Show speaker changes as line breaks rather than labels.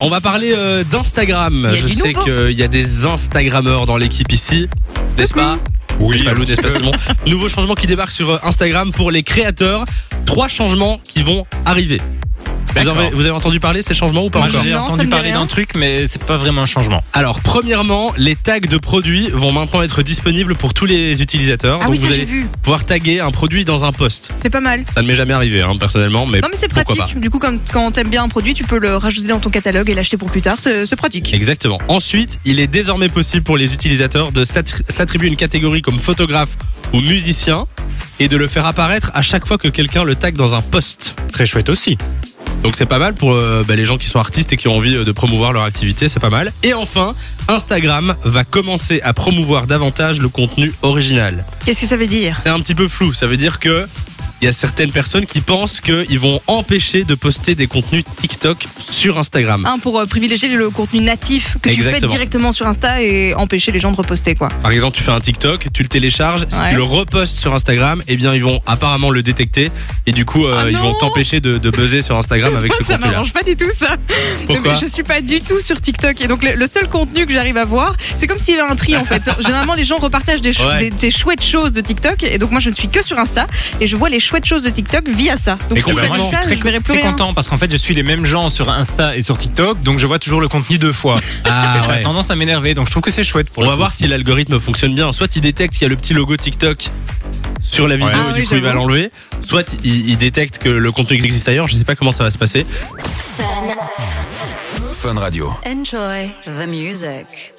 On va parler euh, d'Instagram.
Il y a
Je
du
sais
nouveau.
qu'il y a des Instagrammeurs dans l'équipe ici, n'est-ce pas Oui, Malou, n'est-ce pas Simon Nouveau changement qui débarque sur euh, Instagram pour les créateurs. Trois changements qui vont arriver. Vous
D'accord.
avez, vous avez entendu parler de ces changements ou pas
Moi,
encore Eh
j'ai
Non, ça me
entendu
dit
parler
rien.
d'un truc, mais c'est pas vraiment un changement.
Alors, premièrement, les tags de produits vont maintenant être disponibles pour tous les utilisateurs.
Ah
Donc,
oui, ça
vous
j'ai
allez
vu.
pouvoir taguer un produit dans un post.
C'est pas mal.
Ça ne m'est jamais arrivé, hein, personnellement, mais
Non mais c'est
pourquoi
pratique. Du coup, comme quand t'aimes bien un produit, tu peux le rajouter dans ton catalogue et l'acheter pour plus tard. C'est c'est pratique.
Exactement. Ensuite, il est désormais possible pour les utilisateurs de s'attr- s'attribuer une catégorie comme photographe ou musicien et de le faire apparaître à chaque fois que quelqu'un le tag dans un post.
Très chouette aussi.
Donc c'est pas mal pour euh, bah, les gens qui sont artistes et qui ont envie euh, de promouvoir leur activité, c'est pas mal. Et enfin, Instagram va commencer à promouvoir davantage le contenu original.
Qu'est-ce que ça veut dire
C'est un petit peu flou, ça veut dire que il y a certaines personnes qui pensent qu'ils vont empêcher de poster des contenus TikTok sur Instagram.
Un pour euh, privilégier le contenu natif que tu fais
Exactement.
directement sur Insta et empêcher les gens de reposter quoi.
Par exemple, tu fais un TikTok, tu le télécharges, si
Ouais.
tu le repostes sur Instagram, eh bien ils vont apparemment le détecter et du coup euh,
Ah
ils
non
vont t'empêcher de, de buzzer sur Instagram avec ce
ça
contenu-là.
m'arrange pas du tout ça.
Pourquoi
je suis pas du tout sur TikTok et donc le, le seul contenu que j'arrive à voir, c'est comme s'il y avait un tri en fait. Généralement les gens repartagent des, chou-
Ouais.
des- des chouettes choses de TikTok et donc moi je ne suis que sur Insta et je vois les chouettes choses de TikTok via ça. Donc
Mais
ben,
si
complètement,
t'as
je
dit ça,
suis
je
très,
verrai plus
très
rien.
content parce qu'en fait, je suis les mêmes gens sur Insta et sur TikTok, donc je vois toujours le contenu deux fois.
Ah,
et ça a
ouais.
tendance à m'énerver, donc je trouve que c'est chouette pour
On
le
va
coup.
voir si l'algorithme fonctionne bien. Soit il détecte qu'il y a le petit logo TikTok sur la vidéo
Ah
et du
oui,
coup il va
j'avoue.
l'enlever. Soit il, il détecte que le contenu existe ailleurs. Je sais pas comment ça va se passer.
Enjoy the music.